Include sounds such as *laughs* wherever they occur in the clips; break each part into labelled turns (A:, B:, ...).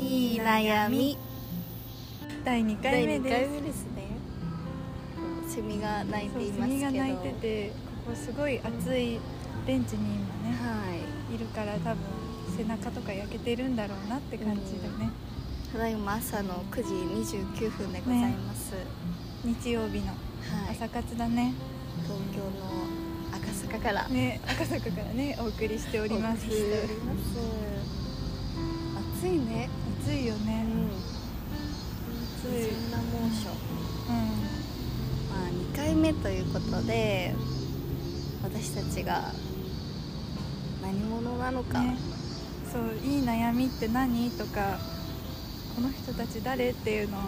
A: 悩み
B: 第2回
A: 第
B: 目
A: 2回
B: で
A: 目ですねセミが鳴い
B: す
A: てい
B: そう
A: ます
B: セ
A: け
B: ミ
A: ど
B: が鳴いててここすごい暑いベンチに今ね
A: はい
B: いるから多分背中とか焼けてるんだろうなって感じだね、
A: ただいま朝の9時29分でございます、
B: 日曜日の
A: はい
B: 朝活だね
A: 東京の赤坂から
B: ね赤坂からねお送りしております
A: お送りしております暑いね
B: 暑いよ
A: う
B: ね、
A: んそ
B: 暑い、うん
A: んな猛暑まあ2回目ということで私たちが何者なのか、
B: ね、そういい悩みって何とかこの人たち誰っていうのを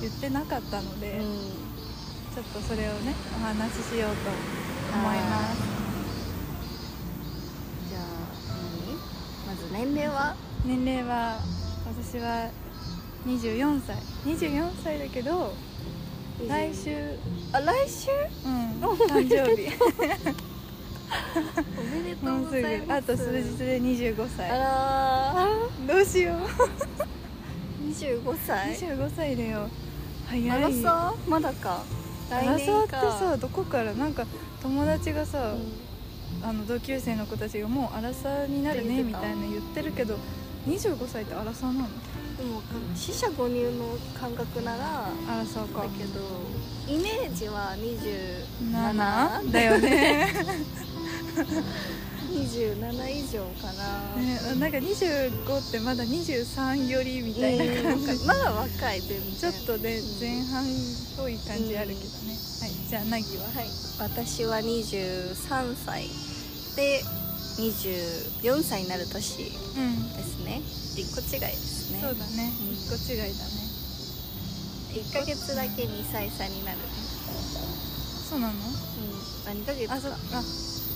B: 言ってなかったの
A: う
B: で、
A: ん
B: ちょっとそれをねお話ししようと思います
A: じゃあ何まず年齢は
B: 年齢は私は24歳24歳だけど来週
A: あ来週
B: うん誕生日
A: おめでとう
B: も
A: ご
B: う
A: ざ
B: す
A: い
B: ぐ
A: ま
B: あ
A: す
B: と数日で25
A: あ
B: 歳
A: ら
B: どうしよう
A: ー25歳
B: 25歳だよ早い
A: マラサーまだか
B: マ
A: 来
B: ラサー
A: 年
B: って
A: か
B: さどこからなんか友達がさ、
A: う
B: あの同級生の子たちがもうアラサーになるねみたいな言ってるけど25歳ってアラサーなの
A: んでも四捨五入の感覚なら
B: アラサーか
A: だけどイメージは27
B: 7? だよね
A: 27以上かな、
B: ねなんか25ってまだ23よりみたいな感じ、
A: うんまだ若い全然
B: ちょっとで前半っぽい感じあるけどね、はいじゃあ凪ははい
A: 私は23歳で24歳になる年で
B: うん、
A: すね一個違いですね
B: そうだね
A: うん
B: 一個違いだね
A: 1ヶ月だけ2歳差になるね
B: そうなの
A: うんあ2ヶ月か
B: あそっかん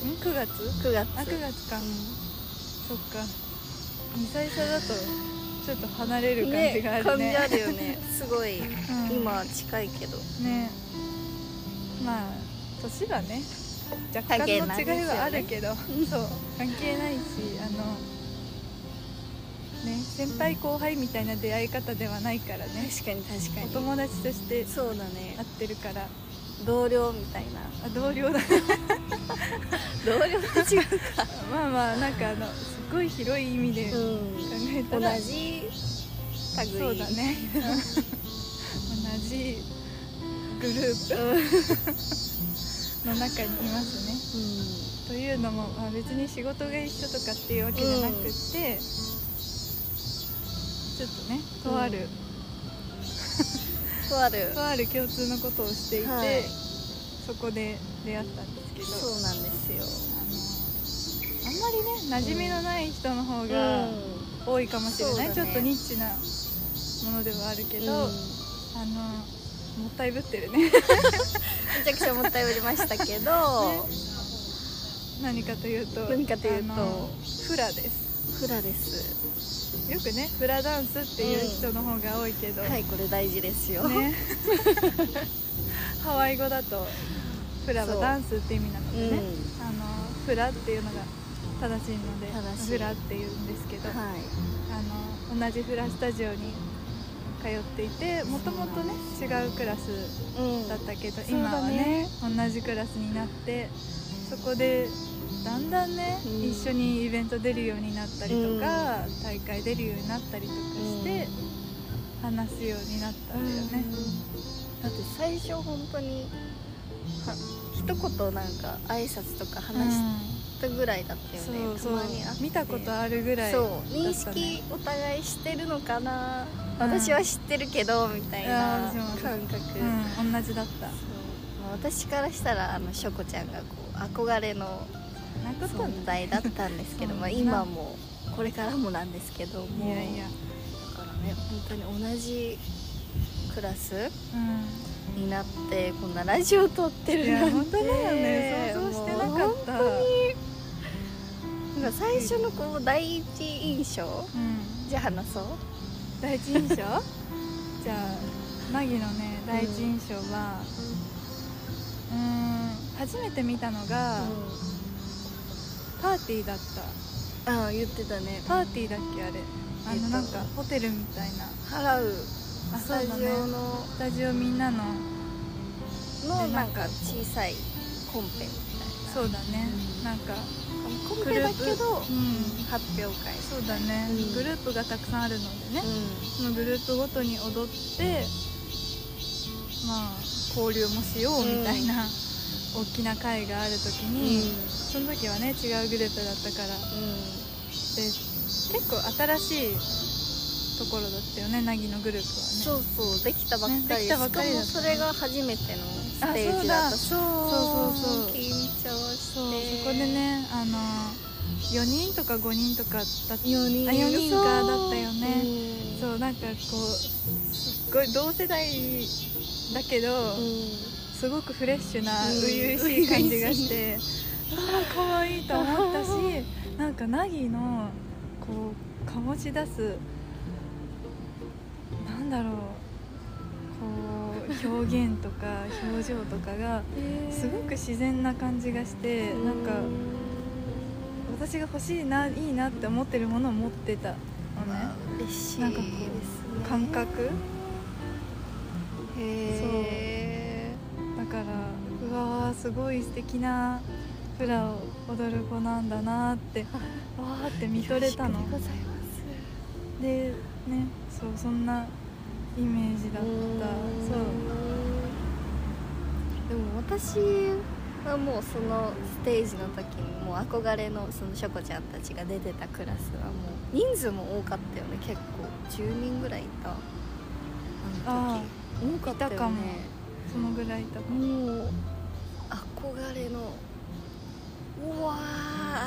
B: 9月
A: 9月
B: あ9月か、そっか2歳差だとちょっと離れ
A: う
B: る
A: ん
B: 感じがあるね
A: ね感じあるよねすごい
B: うん
A: 今近いけど
B: ねまあ年はね若干の
A: 関係ないですよね
B: 違いはあるけど、そう関係ないしあのね先輩後輩みたいな出会い方ではないからね
A: 確かに確
B: お友達として
A: そうだね
B: 会ってるから
A: 同僚みたいな
B: あ同
A: *laughs*
B: 僚だ
A: 同僚と違うか
B: まあまあなんかあのすごい広い意味で考
A: *laughs* うん
B: えた
A: 同
B: ら、
A: じ類
B: そう
A: *laughs*
B: だね同じグループの中にいますね
A: う
B: というのも、まあ、別に仕事が一緒とかっていうわけじゃなくって、ちょっとねとある、
A: んとある
B: とある共通のことをしていて、
A: はい
B: そこで出会ったんですけど
A: そうなんです
B: あのあんまりね馴染みのない人の方
A: よ
B: が多いかもしれない、
A: そう
B: ち
A: だ
B: ょ
A: ね
B: っとニッチなものではあるけど、
A: うん
B: あのもったいぶってるね *laughs*
A: めちゃくちゃもったいぶりましたけど、
B: 何かというと
A: 何かというと
B: あのフラです
A: フラです
B: よくねフラダンスっていう人の方が多いけど、
A: はいこれ大事ですよ、
B: ね、 *laughs* ハワイ語だとフラはダンスって意味なのでね、あのフラっていうのが正しいので
A: 正しい
B: フラっていうんですけど、
A: はい
B: あの同じフラスタジオに通っていてもともとね違うクラス
A: うん
B: だったけど、
A: そう
B: 今
A: だ
B: は
A: ね
B: ね同じクラスになってそこでだんだんね、
A: うん
B: 一緒にイベント出るようになったりとか、大会出るようになったりとかして、話すようになったんだよね。
A: だって最初本当には一言なんか挨拶とか話し
B: うん
A: たぐらいだったよね、
B: そうそう
A: たまに会って
B: 見たことあるぐらい
A: そう
B: だったね
A: 認識お互いしてるのかな、
B: うん
A: 私は知ってるけどみたいな
B: あー私も
A: 感覚、そう
B: うん、同じだった
A: まあ私からしたらあのしょこちゃんがこう憧れの
B: なこと
A: 存在だったんですけど、
B: そう
A: まあ、今もこれからもなんですけども
B: いやいや
A: だからね本当に同じクラス
B: う
A: になってこんなラジオ撮って
B: んい
A: るな
B: や
A: んて
B: 本当だよね想像してなかった
A: もう本当になんか最初のこう第一印象
B: うん
A: じゃあ話そう
B: 第一印象じゃあマギのね第一印象はうーん初めて見たのが、パーティーだった
A: ああ言ってたね
B: パーティーだっけあれあ
A: えっと
B: のなんかホテルみたいな
A: 払う
B: あ
A: ス
B: そう
A: タ
B: だ
A: ジ
B: ね
A: オの
B: スタジオみんなの
A: の
B: で
A: な
B: なんん
A: か
B: か
A: 小さいコンペみたいな
B: そうだね
A: うん
B: なんか
A: コンペだけど
B: うん
A: 発表会
B: そうだね
A: うん
B: グループがたくさんあるのでねそのグループごとに踊ってまあ交流もしようみたいな大きな会がある時
A: うん
B: にその時はね違うグループだったからで結構新しいところだったよね凪のグループはね
A: そううそうできたばっか
B: ね
A: り
B: できたばっかり
A: しか
B: だ
A: も
B: ったね
A: それが初めてのステージだったそう
B: あだそうそうそう
A: 緊張して
B: そうそこでねあの4人とか5人とかだった
A: 4人
B: あ四人かだったよね
A: うん
B: そうなんかこうすっごい同世代だけど、
A: う
B: すごくフレッシュな
A: うん
B: 初々しい感じがしてああ可愛いと思ったしなんかナギのこう醸し出すなんだろうこう表現とか表情とかが
A: ん
B: すごく自然な感じがしてなんか私が欲しいないいなって思ってるものを持ってたのね
A: 嬉しい
B: なんかこ
A: ですね
B: 感覚
A: へえ
B: だからうわーすごい素敵なフラを踊る子なんだなー
A: *laughs*
B: ってわーって見とれたの
A: よろしくでござい
B: でねそうそんなイメージだった
A: ます
B: そう
A: でも私はもうそのステージの時にもう憧れのそのしょこちゃんたちが出てたクラスはもう人数も多かったよね結構10人ぐらいいたあの
B: あ
A: 時多かったよね
B: いたかもそのぐらいいたかも
A: もう憧れのうわ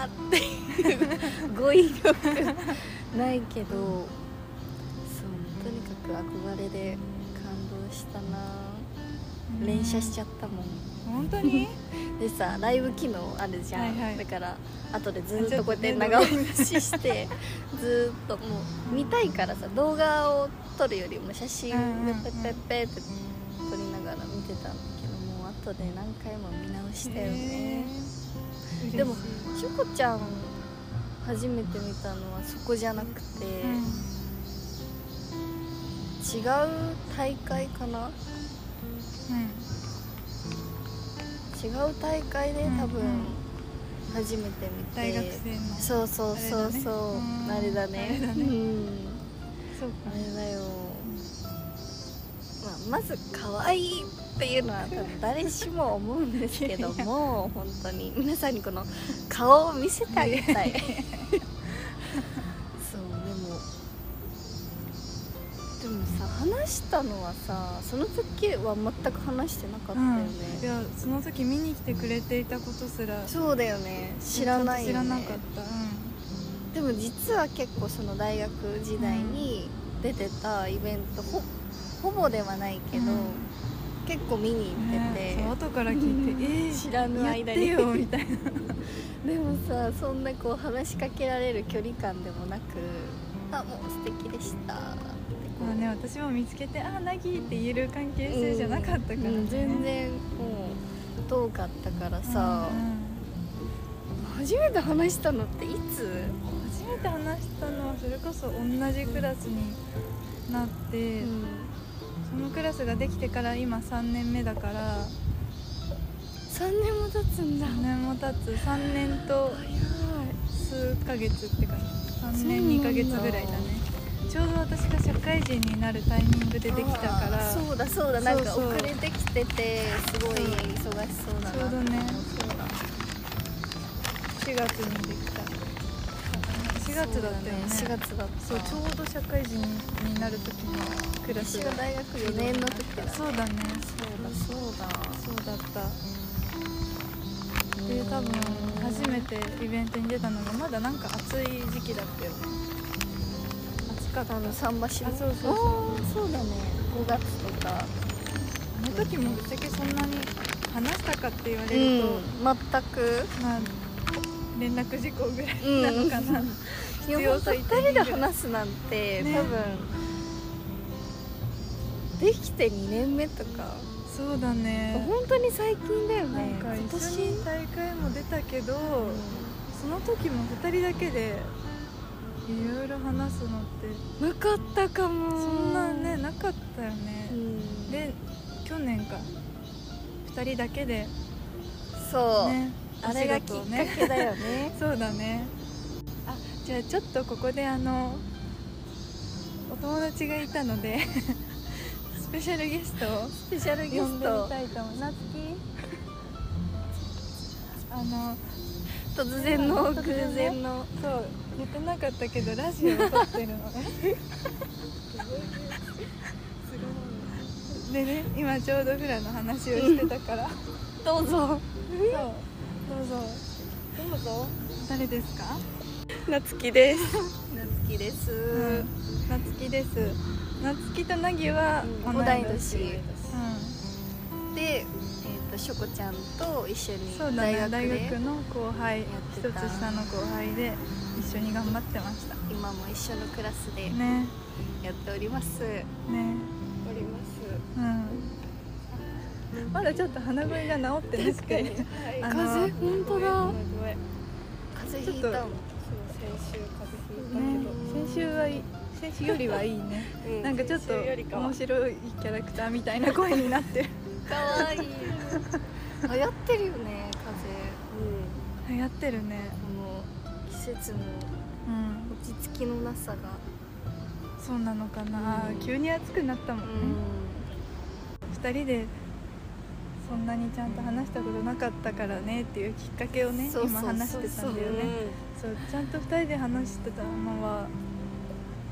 A: ーっていう語彙力ないけどそうとにかく憧れで感動したな連射しちゃ
B: っ
A: ったもん
B: た本当に
A: でさライブ機能あるじゃん、
B: はいはい
A: だから後でずっとこうやって長押しして
B: *laughs*
A: ずーっともう見たいからさ動画を撮るよりも写真を
B: うんうんうん
A: ペッペッペッって撮りながら見てたんだけどもう後で何回も見直 *laughs* したよね
B: へー
A: でも
B: 嬉しい
A: しょこちゃん初めて見たのはそこじゃなくて、
B: うん
A: 違う大会かな違う大会で多分
B: うんうん
A: 初めて見て、
B: 大学生の
A: そうそうそうそうあ
B: あ
A: れ
B: れ
A: だ
B: だ
A: ね
B: ね
A: う
B: うんんそうか
A: あれだよ、まあ、まず可愛いっていうのは多分誰しも思うんですけども本当に皆さんにこの顔を見せてあげ
B: *laughs*
A: たいそうでもでもさ話したのはさその時は全く話してなかったよね、
B: うんいやその時見に来てくれていたことすら
A: そうだよね知らないよ、ね、
B: ちゃんと知らなかっ
A: で
B: た
A: も実は結構その大学時代に出てたイベントほほぼではないけど、
B: うん
A: 結構見に
B: うん
A: 行ってて、
B: ねそう後
A: *laughs*
B: から聞いて「えー
A: 知らぬ間に
B: やってよ」みたいな
A: でもさそんなこう話しかけられる距離感でもなく「あもう素敵でした」ってこ
B: まあ
A: う、
B: ね私も見つけて「あなぎ」って言える関係性じゃなかったからね、
A: うんうん全然もう遠かったからさ、
B: うん
A: 初めて話したのっていつ
B: うん初めて話したのはそれこそ同じクラスになって、そのクラスができてから今3年目だから
A: 3年も経つんだ
B: 3年も経つ3年と
A: 早い
B: 数ヶ月って感じ3
A: そう
B: 年
A: なんだ
B: 2ヶ月ぐらいだねちょうど私が社会人になるタイミングでできたから
A: あーそうだそうだなんか
B: そうそう
A: 遅れてきててすごい忙しそうだな
B: そうだね
A: そうだ
B: 4月にできた4月だったよね
A: そうだ4月だった
B: そうちょうど社会人になる時のクラス
A: 私が大学4年の時だね
B: そうだね
A: そうだそ
B: そうだった
A: うだ
B: で多分初めてイベントに出たのがまだなんか暑い時期だったよね暑かった
A: あの桟橋のあ
B: あそうそうそう
A: そうだね5月とか
B: あの時もぶっちゃけそんなに話したかって言わ
A: う
B: れると、
A: ん全く
B: まあ連絡事項ぐらいなのかな、
A: いや
B: 要
A: 本当
B: 最
A: 2
B: 低
A: 人
B: 限
A: で話すなんて、
B: ね
A: 多分できて2年目とか
B: そうだね
A: 本当に最近だよ
B: なん
A: ね
B: か
A: 今
B: 一
A: 年
B: 緒に大会も出たけど、その時も2人だけでいろいろ話すのって
A: なかったかも
B: そんなねなかったよね、
A: うん
B: で去年か2人だけで
A: そう、
B: ね
A: あれが
B: お仕
A: きっ
B: 事を
A: か
B: ね
A: けだよね
B: そうだねあじゃあちょっとここであのお友達がいたので *laughs* スペシャルゲストを
A: スペシャルゲ
B: 呼ん
A: ス
B: でみ
A: ト
B: たいと思います *laughs* あの
A: 突然の偶然の
B: そう言ってなかったけどラジオを撮ってるのねでね今ちょうどフラの話をしてたからそう
A: どうぞ
B: どうぞ
A: どうぞ
B: 誰ですか
A: なつき *laughs* ですなつきです、
B: なつきですなつきとなぎは
A: う
B: 同
A: ん
B: い
A: 同
B: 年,、
A: い年
B: う
A: で、えー、としょこちゃんと一緒
B: ん、
A: に
B: そうだね
A: 大学で、
B: 大学の後輩
A: やっ
B: 一
A: てた
B: つ下の後輩で一緒に頑張ってました
A: 今も一緒のクラスで
B: ね
A: やっております、
B: ね
A: おります
B: うんまだちょっと鼻声が治ってなくてあの
A: 風本当だ風邪ひいたもん
B: ね、先週はい先週よりはいいね、なんかちょっと面白いキャラクターみたいな声になってる
A: かわいい流行ってるよね *laughs*
B: 流行ってるね
A: 風この季節の
B: うん
A: 落ち着きのなさが
B: そうなのかな、
A: うん
B: 急に暑くなったも
A: うん
B: ね、2人でそんなにちゃんと話したことなかったからねっていうきっかけをね
A: そうそう
B: 今話してたんだよねそうちゃんと2人で話してたのは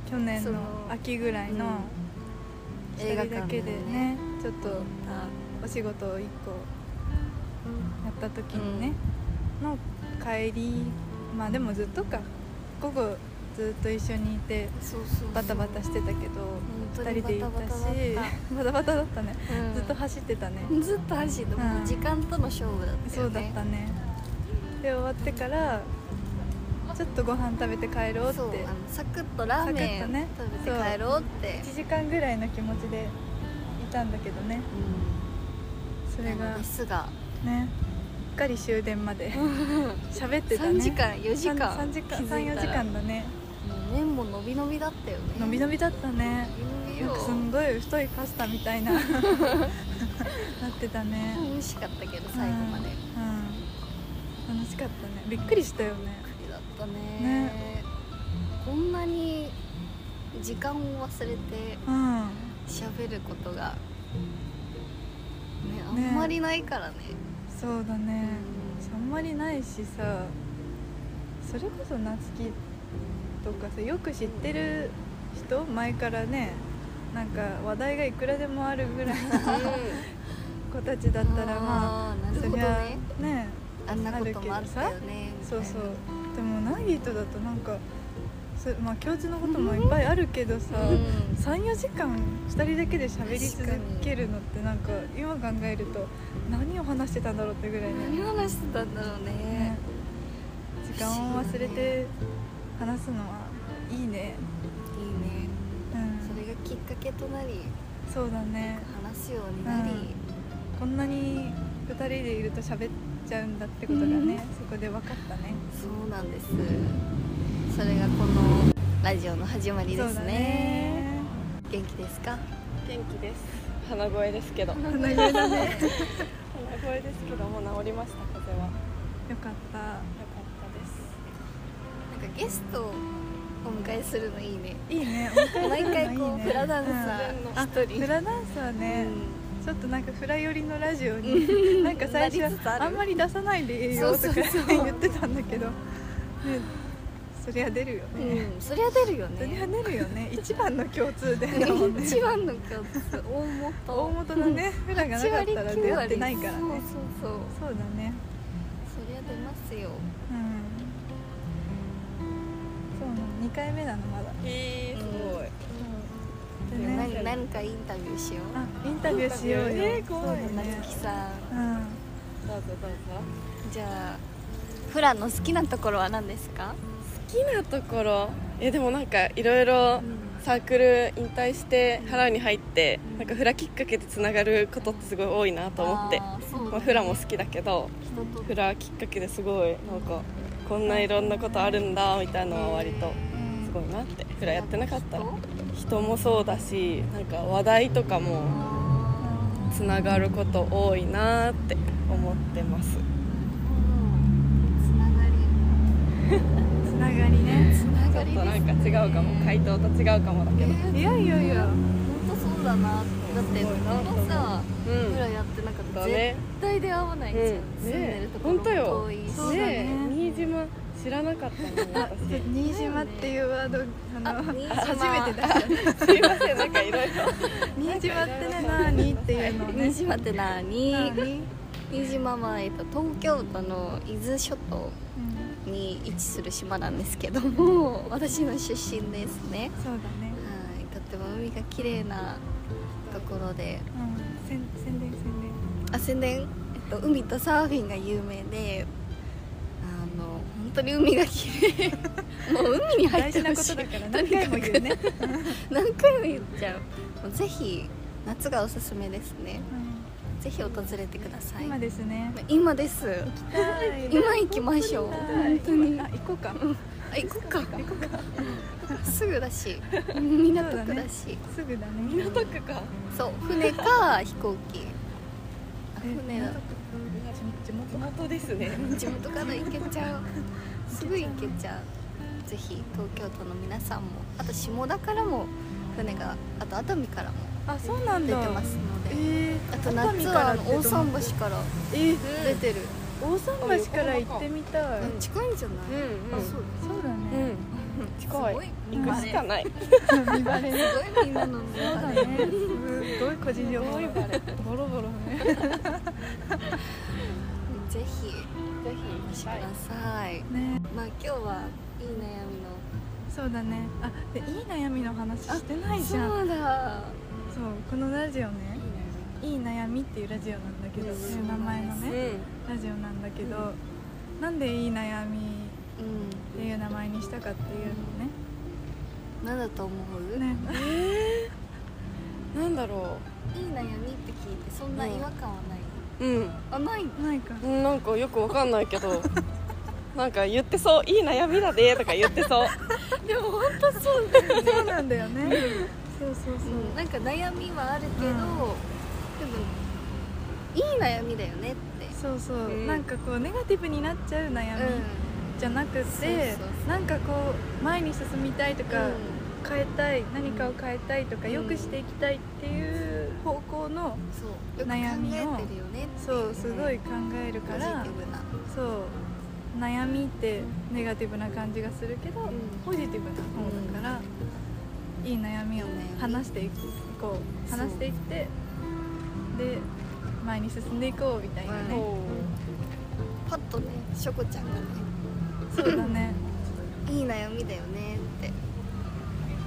B: 去年
A: そ
B: の
A: の
B: 秋ぐらいの
A: 映画
B: 2人
A: 館
B: だけで
A: だよ
B: ねちょっとお仕事を1個やった時にね、の帰りまあでもずっとか午後ずっと一緒にいて
A: そうそう
B: バタバタしてたけど
A: 本当
B: 2
A: に
B: 人でいた
A: バタバタだ
B: し
A: った
B: バタバタだったね、
A: うん
B: ずっと走ってたね、
A: ずっと走ってた、
B: うん
A: 時間との勝負だった
B: そ
A: よね
B: うだったねで終わってからちょっとご飯食べて帰ろうって
A: そうあのサクッとラーメ
B: サクッと
A: ン
B: ね
A: 食べて帰ろうって
B: 1時間ぐらいの気持ちでいたんだけどねそ
A: そ
B: れが
A: ですが
B: ねうっかり終電まで *laughs* 喋ってたね
A: 3時間4時間
B: 3時間
A: 気づい
B: 34
A: たら
B: 時間だね
A: もう麺も伸び伸びだったよね
B: のびのびだったね
A: 伸び
B: な
A: よ
B: んかすんごい太いパスタみた
A: *laughs*
B: いななってたね
A: 美味しかったけど最後まで、
B: うん、うん楽しかったねびっくりしたよね
A: だったね
B: ね
A: こんなに時間を忘れて
B: うん
A: 喋ることが、ね、あ
B: ね
A: んまりないからね
B: そうだねあんまりないしさそれこそ夏希とかさよく知ってる人前からねなんか話題がいくらでもあるぐらいの子たちだったらまあ
A: あーなるほ
B: そ
A: ど
B: りゃね
A: ねあんなこともあったよねみたい
B: そう
A: な
B: そうでもナギーとだとなんかそまあ共通のこともいっぱいあるけどさ
A: うん
B: 34時間2人だけで喋り続
A: 確かに
B: けるのってなんか今考えると何を話してたんだろうってぐらいね
A: 何話してたんだろうね
B: ね時間を忘れて話すのはい
A: いい
B: いね、
A: ね
B: うん、
A: それがきっかけとなり
B: そうだね
A: 話すようになり、
B: うんこんなに2人でいると喋っちゃうんだってことがね、
A: うん
B: そこで分かったね
A: そうなんですそれがこのラジオの始まりです
B: そうだ
A: ね
B: ね
A: 元気ですか
C: 元気です鼻声ですけど鼻
B: 鼻声だね
C: 声ですけどもう治りました風邪はよ
B: よかった
C: かったです
A: なんかゲストをお迎えするのいいね
B: いいね
A: 毎回こうフラダンサ
B: あ
A: ー一
B: フ
A: 人
B: ラダンサーね、ちょっとなんかフラ寄りのラジオに
A: ん
B: *laughs* なんか最初
A: なりつつある
B: あんまり出さないでいいよと
A: そ
B: か
A: うそうそう
B: 言ってたんだけど、ね、そりゃ出るよ
A: う
B: ね、
A: ん、うん、そりゃ出るよ
B: そりゃ
A: ね
B: 出るよ
A: *laughs*
B: ね一番の共通点だもんね
A: 一番の共通大元
B: 大元のねフラがなかったら出会ってないから
A: そう
B: ね
A: そうそう
B: そうだね
A: そりゃ出ますよ
B: うんそうなの二回目なのまだ、
C: えー、すごい
B: で
A: 何
B: ね
A: 何かインタビューしよう
B: あインタビューしようよ
C: えー怖い
B: そうだね
A: なつきさん
B: うん
C: どうぞどうぞ
A: じゃあフラの好きなところは何ですか
C: 好きなところえでもなんかいろいろサークル引退してハラウに入ってなんかフラきっかけでつながることってすごい多いなと思って
A: あーそうだね
C: まあ、フラも好きだけど
A: 人と
C: フラきっかけですごいなんかこんないろんなことあるんだみたいなのは割とすごいなってフラやってなかったら人もそうだしなんか話題とかもつながること多いなって思ってます
B: つながりね
A: つな
C: ちょ
A: が
C: っ
A: り
C: と
A: です
C: なんか違うかも回答と違うかもだけど
B: いやいやいや
A: 本当そうだなってだって
B: す
A: こ
B: ごいな
A: のさ
C: う
A: フラ
C: ん
A: やってなかったら
C: だ
A: 絶
C: ね
A: 対出会わないじゃん、
C: うん
A: 住んでるとこ
C: ね本当
A: ろ
C: よ
A: も遠いし
B: そうだ
C: ね
B: ね
C: え新島知らなかったの
B: あ
C: 私
B: 新島っていうワードあの
A: あ新島
B: *laughs* 初めて出した
C: すいませんなんかいろいろ
B: 新島ってね何っていうのね
A: 新島って *laughs* 何
B: 何
A: 新島は、えっと、東京都の伊豆諸島に位置する島なんですけども私の出身ですね
B: そうだ
A: は
B: ね
A: いとっても海が綺麗なところで
B: うん宣宣伝宣
A: あ宣伝、えっと、海とサーフィンが有名であの本当に海が綺
B: *laughs*
A: 麗もう海に
B: 伝
A: 入
B: 大
A: って
B: 事な
A: ほ
B: こ
A: し
B: と
A: い
B: だから
A: と
B: 何
A: にかく
B: 回も言
A: *laughs*
B: うね
A: 何回も言っちゃうもうぜひ夏がおすすめですねぜひ訪れてください
B: 今
A: 今
B: ですね
A: です今
B: 今
A: 行きましょう
B: 本当にあ行こうか
A: あ行こうかすぐだ
B: *laughs*
A: し港区だし
B: すぐだね
C: 港区か
A: そう,、船か飛港機あ
B: え
A: 船だ
B: 地元
C: 港ですね
A: 地元から行けちゃうすぐ行けちゃうぜひ東京都の皆さんもあと下田からも船があと熱海からも
B: あそうなん
A: 出て
B: だ
A: ますので
B: えー
A: あと
B: 熱海
A: 夏
B: から
A: はあの
B: ってど
A: 大
B: の
A: 桟橋から
B: え
A: 出てる、
B: 大桟橋から行ってみたい
A: うん近いんじゃない、
C: うん
A: あ
C: うん
A: そう
B: そうだ
C: う
B: ね
C: ん
A: す
C: 近い
A: ごい
C: 行くしかない
B: 見バレね
A: すごいみんなの見
B: そうだ
A: 晴れ
B: ねすごい個人情報ボロボロね
A: ぜひ
C: ぜ
A: お越し
C: ひ
A: ください、
B: ね
A: まあ今日はいい悩みの
B: そうだねあでいい悩みの話してないじゃんそう
A: そうだ
B: このラジオねいい悩みっていうラジオなんだけど、
A: うん
B: そういう名前の
C: う
B: ね
C: ん
B: ラジオなんだけど、なんでいい悩み
A: うん
B: っていう名前にしたかっていう
A: 何だと思う、
B: のねね
C: なんだろ
A: いい悩みって聞いてそんな違和感はない、
C: ううん
A: あない
B: ない
A: *laughs*
B: か
C: うんなんかよくわかんないけどなんか言ってそういい悩みだねとか言って *laughs* そう
A: でも本当そう
B: そうなんだよねそうそうそう、
A: うん、なんか悩みはあるけど、でもいい悩みだよねって
B: そうそう、
C: うん
B: なんかこうネガティブになっちゃう悩みじゃなくて、
A: そうそう
B: なんかこう前に進みたいとか、
A: うん
B: 変えたい何かを変えたいとか、
A: うん
B: 良くしていきたいっていう方向の
A: そうよく考
B: 悩みを
A: えてるよねってい
B: そうすごい考える
A: ポ
B: か
A: ジテ
B: ら
A: ィブな
B: そう悩みってネガティブな感じがするけど、
A: ん
B: ポジティブな方だから、いい悩みをね
A: いい悩み
B: 話していこう
A: そう
B: 話していってで前に進んでいこうみたいなね、
A: パッとねしょこちゃんがね
B: そうだね
A: いい悩みだよねって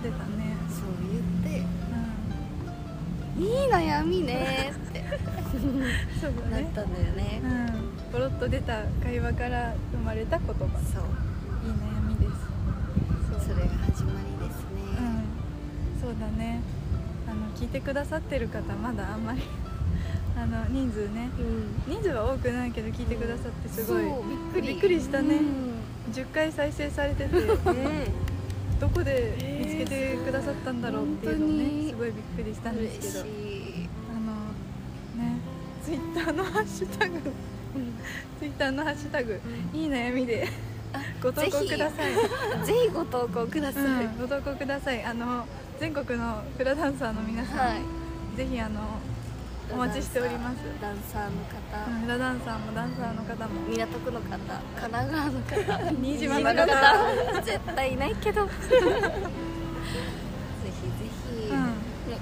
B: 言ってたね、
A: そう言って
B: う
A: いい悩みね
B: *laughs*
A: って
B: ん、そうだ
A: なっ
B: ね
A: たんだよね
B: うん、ポロッと出た会話から生まれた言葉いい
A: そう
B: 悩みです
A: それが始まりです
B: う
A: ね、
B: ん、そうだねあの聞いてくださってる方まだあんまり *laughs* あの人数ね
A: うん
B: 人数は多くないけど聞いてくださってすごい
A: そうびっくり
B: びっくりしたね
A: うん
B: 10回再生され
A: *laughs*
B: てて
C: うん
B: どこで見つけてくださったんだろうっていうのを
A: 本当に
B: ねすごいびっくりしたんで
A: 嬉
B: す
A: し
B: けど
A: い
B: あのねツイッターのハッシュタグツイッターのハッシュタグいい悩みでご投稿ください、
A: ぜひご投稿ください、
B: うん、ご投稿くださいあの全国のフラダンサーの皆さん、
A: はい
B: ぜひあのお待ちしております
A: ダンサーの方、
B: うんフラダンサーもダンサーの方
A: *laughs*
B: も
A: 港区の方神奈川の方
B: 新島の
A: 新
B: 方
A: 絶対いないけ
B: *laughs*
A: どぜひぜひ、
B: うん
A: もう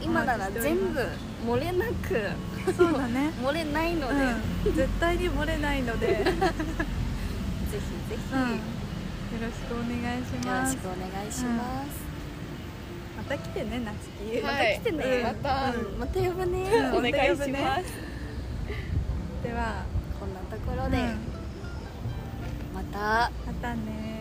A: 今なら全部漏れなく
B: そうだね、
A: 漏れないので、ぜ
B: うん、絶対に漏れないの
A: *laughs*
B: で、うん、よ
A: ひぜひ、
B: ろしくお願いし
A: よろ
B: ま
A: し
B: す
A: くお願いします、
B: また来てね夏希、
C: は
A: ま
C: い
A: た来てね、
C: うんまた
A: うんまた呼ぶね、
B: うん
C: お願いします
B: では
A: こんなところで、
B: うん
A: また
B: またね